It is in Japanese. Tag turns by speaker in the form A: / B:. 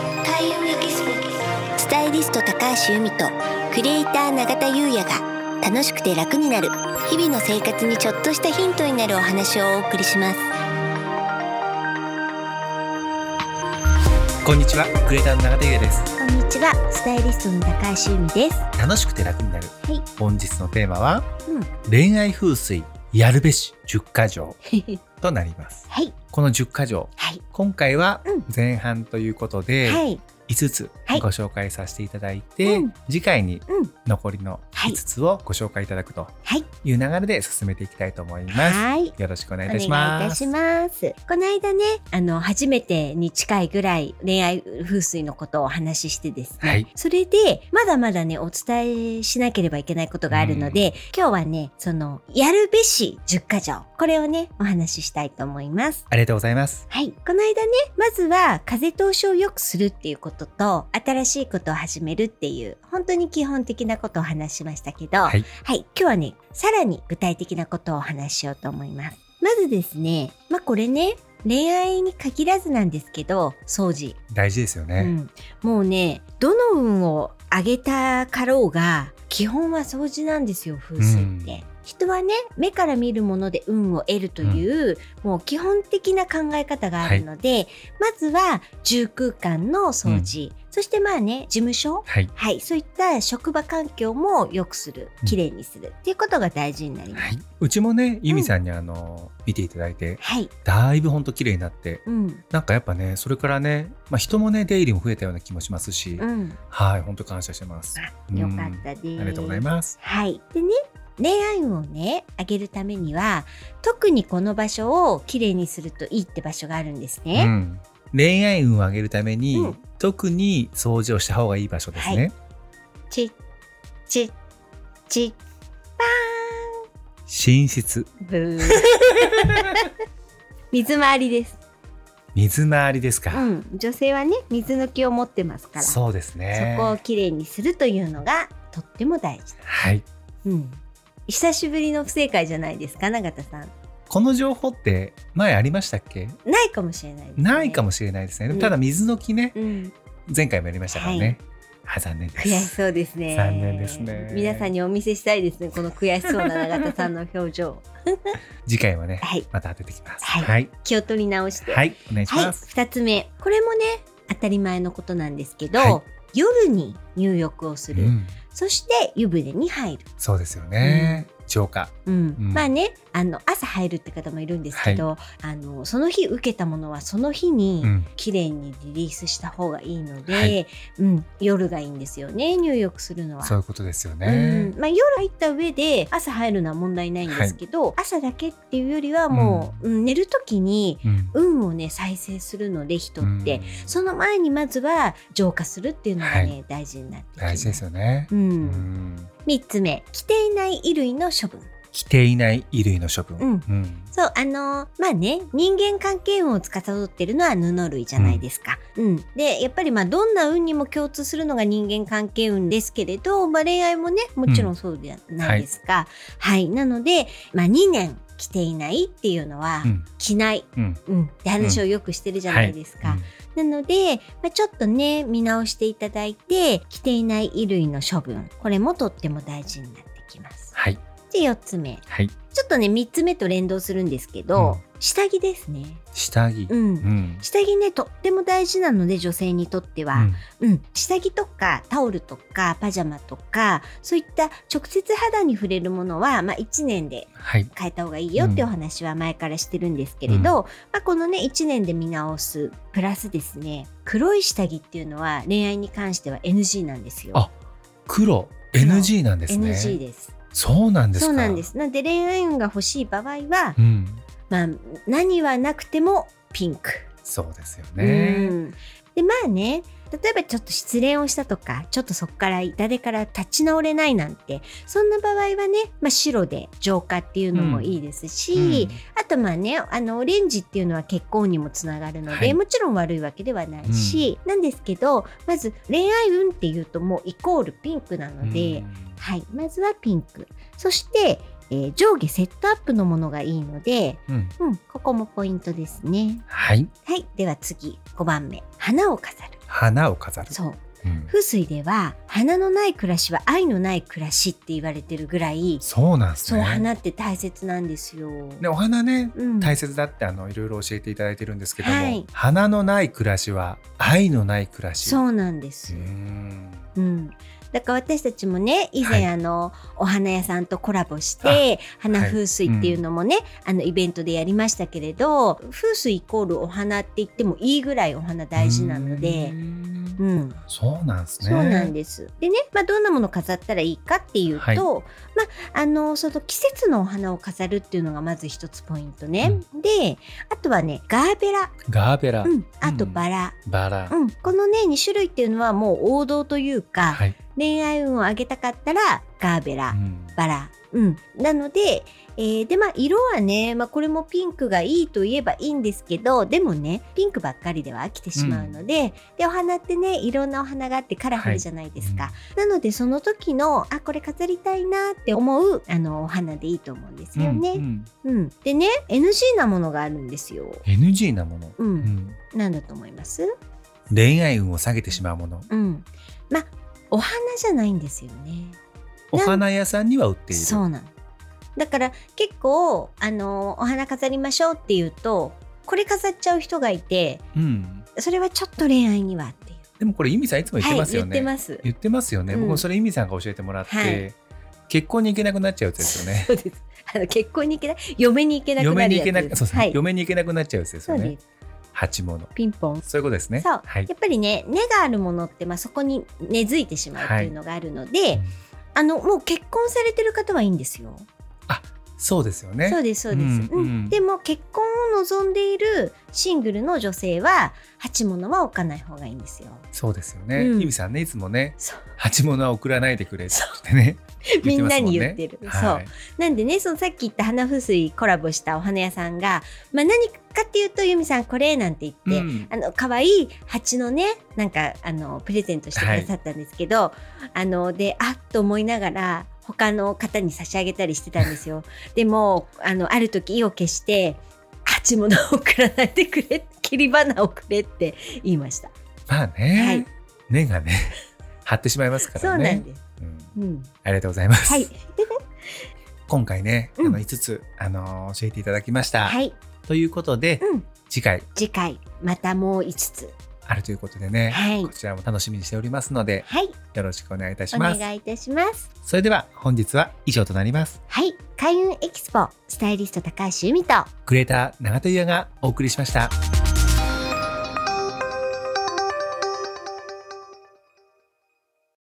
A: 上キススタイリスト高橋由美とクリエイター永田優也が楽しくて楽になる日々の生活にちょっとしたヒントになるお話をお送りします
B: こんにちは、クリエイターの永田優也です。
A: こんにちはスタイリストの高橋由美です
B: 楽しくて楽になる。
A: はい
B: 本日のテーマは、
A: うん
B: 恋愛風水やるべし10箇条となります。
A: はい
B: この10箇条、
A: はい
B: 今回は
A: うん
B: 前半ということで、
A: はい
B: 5つ
A: はい
B: ご紹介させていただいて、
A: うん
B: 次回に
A: うん
B: 残りの
A: はい
B: 5つをご紹介いただくと
A: はい
B: いう流れで進めていきたいと思います。
C: はい。
B: よろしくお願
C: お
B: い
C: 願
B: いた
C: いい
B: しま
C: た
B: す。
C: します。この間ね、あの、初めてに近いぐらい恋愛風水のことをお話ししてですね。
B: はい
C: それで、まだまだね、お伝えしなければいけないことがあるので、今日はね、その、やるべし10箇条。これをね、お話ししたいと思います。
B: ありがとうございます。
C: はい。この間ね、まずは風通しを良くするっていうことと、新しいことを始めるっていう、本当に基本的なことをお話ししましたけど、
B: はい
C: はい。今日はね、さらに具体的なことをお話ししようと思います。まずですね、まあこれね、恋愛に限らずなんですけど、掃除。
B: 大事ですよ
C: う
B: ね。
C: ん。もうね、どの運を上げたかろうが、基本は掃除なんですよ、風水って。
B: うん
C: 人はね、目から見るもので運を得るという、もう基本的な考え方があるので、まずは住空間の掃除、そしてまあね、事務所、
B: はい。
C: はい、そういった職場環境も良くする
B: うん、
C: 綺麗にする、っていうことが大事になります。
B: はい、うちもね、ゆみさんにあの、見ていただいて、
C: はい、
B: だいぶほんと綺麗になって、
C: うん、
B: なんかやっぱね、それからね、まあ、人もね、出入りも増えたような気もしますし、
C: うん、
B: はい、本当感謝してます。
C: あよかったです、
B: うんありがとうございます。
C: はい。でね、恋愛運をね、上げるためには、特にこの場所をきれいにするといいって場所があるんです
B: う
C: ね。
B: ん恋愛運を上げるために、
C: うん
B: 特に掃除をした方がいい場所ですね。
C: ち、ち、ち、
B: 寝室、
C: ブ ー。水回りです。
B: 水回りです
C: う
B: か。
C: ん。女性はね、水抜きを持ってますから。
B: そうですね。
C: そこをきれいにするというのが、とっても大事。
B: はい。
C: うん。久しぶりの不正解じゃないですか、永田さん。
B: この情報って前ありましたっけ？
C: ないかもしれないです、ね。
B: ないか
C: も。
B: もしれないですね。
C: うん
B: ただ水の木ね、
C: うん。
B: 前回もやりましたからね。あ残念で
C: 悔し
B: す。
C: そうですね。
B: 残念ですね
C: 皆さんにお見せしたいですね。この悔しそうな永田さんの表 情。
B: 次回はね、
C: はい。
B: また当ててきます。
C: はい
B: はい。
C: 気を取り直して。
B: はい、お願いし
C: はい。
B: ます。
C: 二つ目。これもね、当たり前のことなんですけど、
B: は
C: 夜に入浴をする。
B: うん
C: そして湯船に入る。
B: そうですよね。浄化。
C: うん
B: うん
C: まあね、あの、朝入るって方もいるんですけど、あの、その日受けたものはその日に、
B: うん
C: 綺麗にリリースした方がいいので、
B: はい
C: うん、夜がいいんですよね入浴するのは
B: そういうことですよ
C: うん
B: ね。
C: まあ、夜入った上で朝入るのは問題ないんですけど、朝だけっていうよりはもう、うん寝る時に
B: うん
C: 運をね再生するので人って、
B: うん
C: その前にまずは浄化するっていうのがね、
B: はい
C: 大事になってきます
B: 大事ですよね。
C: う、
B: うんん。
C: 3つ目着ていない衣類の処分
B: 着ていない衣類の処分。
C: うん
B: うん
C: そうあのーまあね人間関係運を司ってるのは布類じゃないですか、うんでやっぱりまあどんな運にも共通するのが人間関係運ですけれど、まあ、恋愛もねもちろんそうじゃないですか、はい、なので、まあ、2年着ていないっていうのは、
B: うん
C: 着ない、
B: うん
C: うん、って話をよくしてるじゃないですか、
B: はいうん
C: なので、まあ、ちょっとね見直していただいて着ていない衣類の処分これもとっても大事になってきます
B: はい。
C: で4つ目
B: はい。
C: ちょっとね、3つ目と連動するんですけど、
B: うん
C: 下着ですね。
B: 下着。
C: うん。
B: うん。
C: 下着ね、とっても大事なので、女性にとって
B: う
C: は。
B: ん
C: うん、下着とか、タオルとか、パジャマとか、そういった直接肌に触れるものは、まあ、1年で
B: はい。
C: 変えた方がいいよってお話は前からしてるんですけれど、まあ、このね、1年で見直す、プラスですね、黒い下着っていうのは、恋愛に関しては NG なんですよ。
B: あ黒。NG なんですね。
C: NG です。
B: そうなんですか。
C: そうなんで。す。なんで恋愛運が欲しい場合は、
B: うん。
C: まあ、何はなくてもピンク。
B: そうですよ
C: う
B: ね。
C: んでまあね例えばちょっと失恋をしたとかちょっとそこから誰から立ち直れないなんてそんな場合はね、まあ、白で浄化っていうのもいいですし、あとまあねあのオレンジっていうのは結婚にもつながるので、
B: はい
C: もちろん悪いわけではないし、なんですけどまず恋愛運っていうともうイコールピンクな
B: うん
C: ので、
B: うん
C: はいまずはピンクそしてえー上下セットアップのものがいいので、
B: うん。
C: うん、ここもポイントですね。
B: はい。
C: はい、では次、5番目。花を飾る。
B: 花を飾る。
C: そう。
B: うん
C: 風水では、花のない暮らしは愛のない暮らしって言われてるぐらい、
B: そうなんです
C: そう、
B: ね。
C: 花って大切なんですよ。
B: ね、お花ね、
C: うん、
B: 大切だってあのいろいろ教えていただいてるんですけども、
C: はい
B: 花のない暮らしは愛のない暮らし。。
C: そううなんです。
B: ん。
C: うん、だから私たちもね以前、
B: はい
C: あのお花屋さんとコラボして花風水っていうのもね、あのイベントでやりましたけれど風水イコールお花って言ってもいいぐらいお花大事なので
B: う。ん
C: うん
B: そうなんですね。
C: そうなんです。でね、まあ、どんなもの飾ったらいいかっていうと、
B: はい
C: まあ、あのその季節のお花を飾るっていうのがまず一つポイントね。であとはねガーベラ、
B: ガーベラ、
C: うん、あとバラ、
B: バラ、
C: うんこのね2種類っていうのはもう王道というか、
B: はい。
C: 恋愛運を上げたかったらガーベラ、
B: うん
C: バラ、うん、なので,、えーでまあ、色はね、まあ、これもピンクがいいといえばいいんですけどでもねピンクばっかりでは飽きてしまうので,、でお花ってねいろんなお花があってカラフルじゃないですか、なのでその時のあこれ飾りたいなって思うあのお花でいいと思うんですよ
B: う
C: ね。
B: ん
C: うんでね NG なものがあるんですよ。
B: うん NG なもの、
C: うん
B: うん
C: なんだと思います、
B: 恋愛運を下げてしまうもの。
C: うん、まあお花じゃないんですよね。
B: お花屋さんには売っている。
C: そうなのだから結構あのお花飾りましょうっていうとこれ飾っちゃう人がいて
B: うん。
C: それはちょっと恋愛にはっていう
B: でもこれイミさんいつも言ってますよ
C: はい、
B: ね。
C: 言ってます
B: 言ってますよね。
C: うん
B: 僕もそれイミさんが教えてもらって、
C: はい
B: 結婚に行けなくなっちゃうやつですよ ね。
C: そうですあの結婚に行けない嫁に行けなくな
B: 嫁
C: る
B: に
C: やつ
B: 行けなく、そうですね
C: はい、
B: 嫁に行けなくなっちゃうやつです
C: そ
B: よ
C: う
B: ね
C: で。す
B: 鉢物。
C: ピンポン
B: そういうことですね。
C: そう
B: はい。
C: やっぱりね根があるものって、まあ、そこに根付いてしまうっていうのがあるので、
B: うん
C: あのもう結婚されてる方はいいんですよ。
B: そうですよね。
C: そうですそうです、
B: うん
C: うん
B: うん
C: でも結婚を望んでいるシングルの女性は鉢物は置かない方がいいんですよ。
B: そうですよね。
C: うん
B: イミさんね、いつもね、
C: そう
B: 鉢物は送らないでくれっ てね。
C: みんなに
B: 言
C: 言っ
B: って
C: て
B: ます
C: る。
B: もんね
C: そう、
B: はい
C: なんでね、そのさっき言った花風水コラボしたお花屋さんが、まあ何かっていうと、由美さんこれなんて言って、
B: うん
C: あの、可愛い蜂のね、なんか、あの、プレゼントしてくださったんですけど、あの、で、あっと思いながら、他の方に差し上げたりしてたんです よ。でも、あの、ある時意を決して、鉢物を送らないでくれ、切り花をくれって言いました。
B: まあ
C: は
B: ね
C: い、
B: 根がね、 張ってしまいますか
C: そ
B: ら
C: うなん
B: ね。
C: です。
B: うん
C: うん。
B: ありがとうございます。
C: はい。
B: 今回ね、あ
C: うん
B: の5つあの教えていただきました。
C: はい。
B: ということで、
C: うん。
B: 次回
C: 次回、またもう5つ。
B: あるということでね、
C: はい
B: こ。ちらも楽しみにしておりますので、
C: はい。
B: よろしくお願いいたし
C: お
B: ます。
C: 願いいたします。
B: それでは本日は以上となります。
C: はい、開運エキスポスタイリスト高橋由美と
B: クレーター永田優也がお送りしました。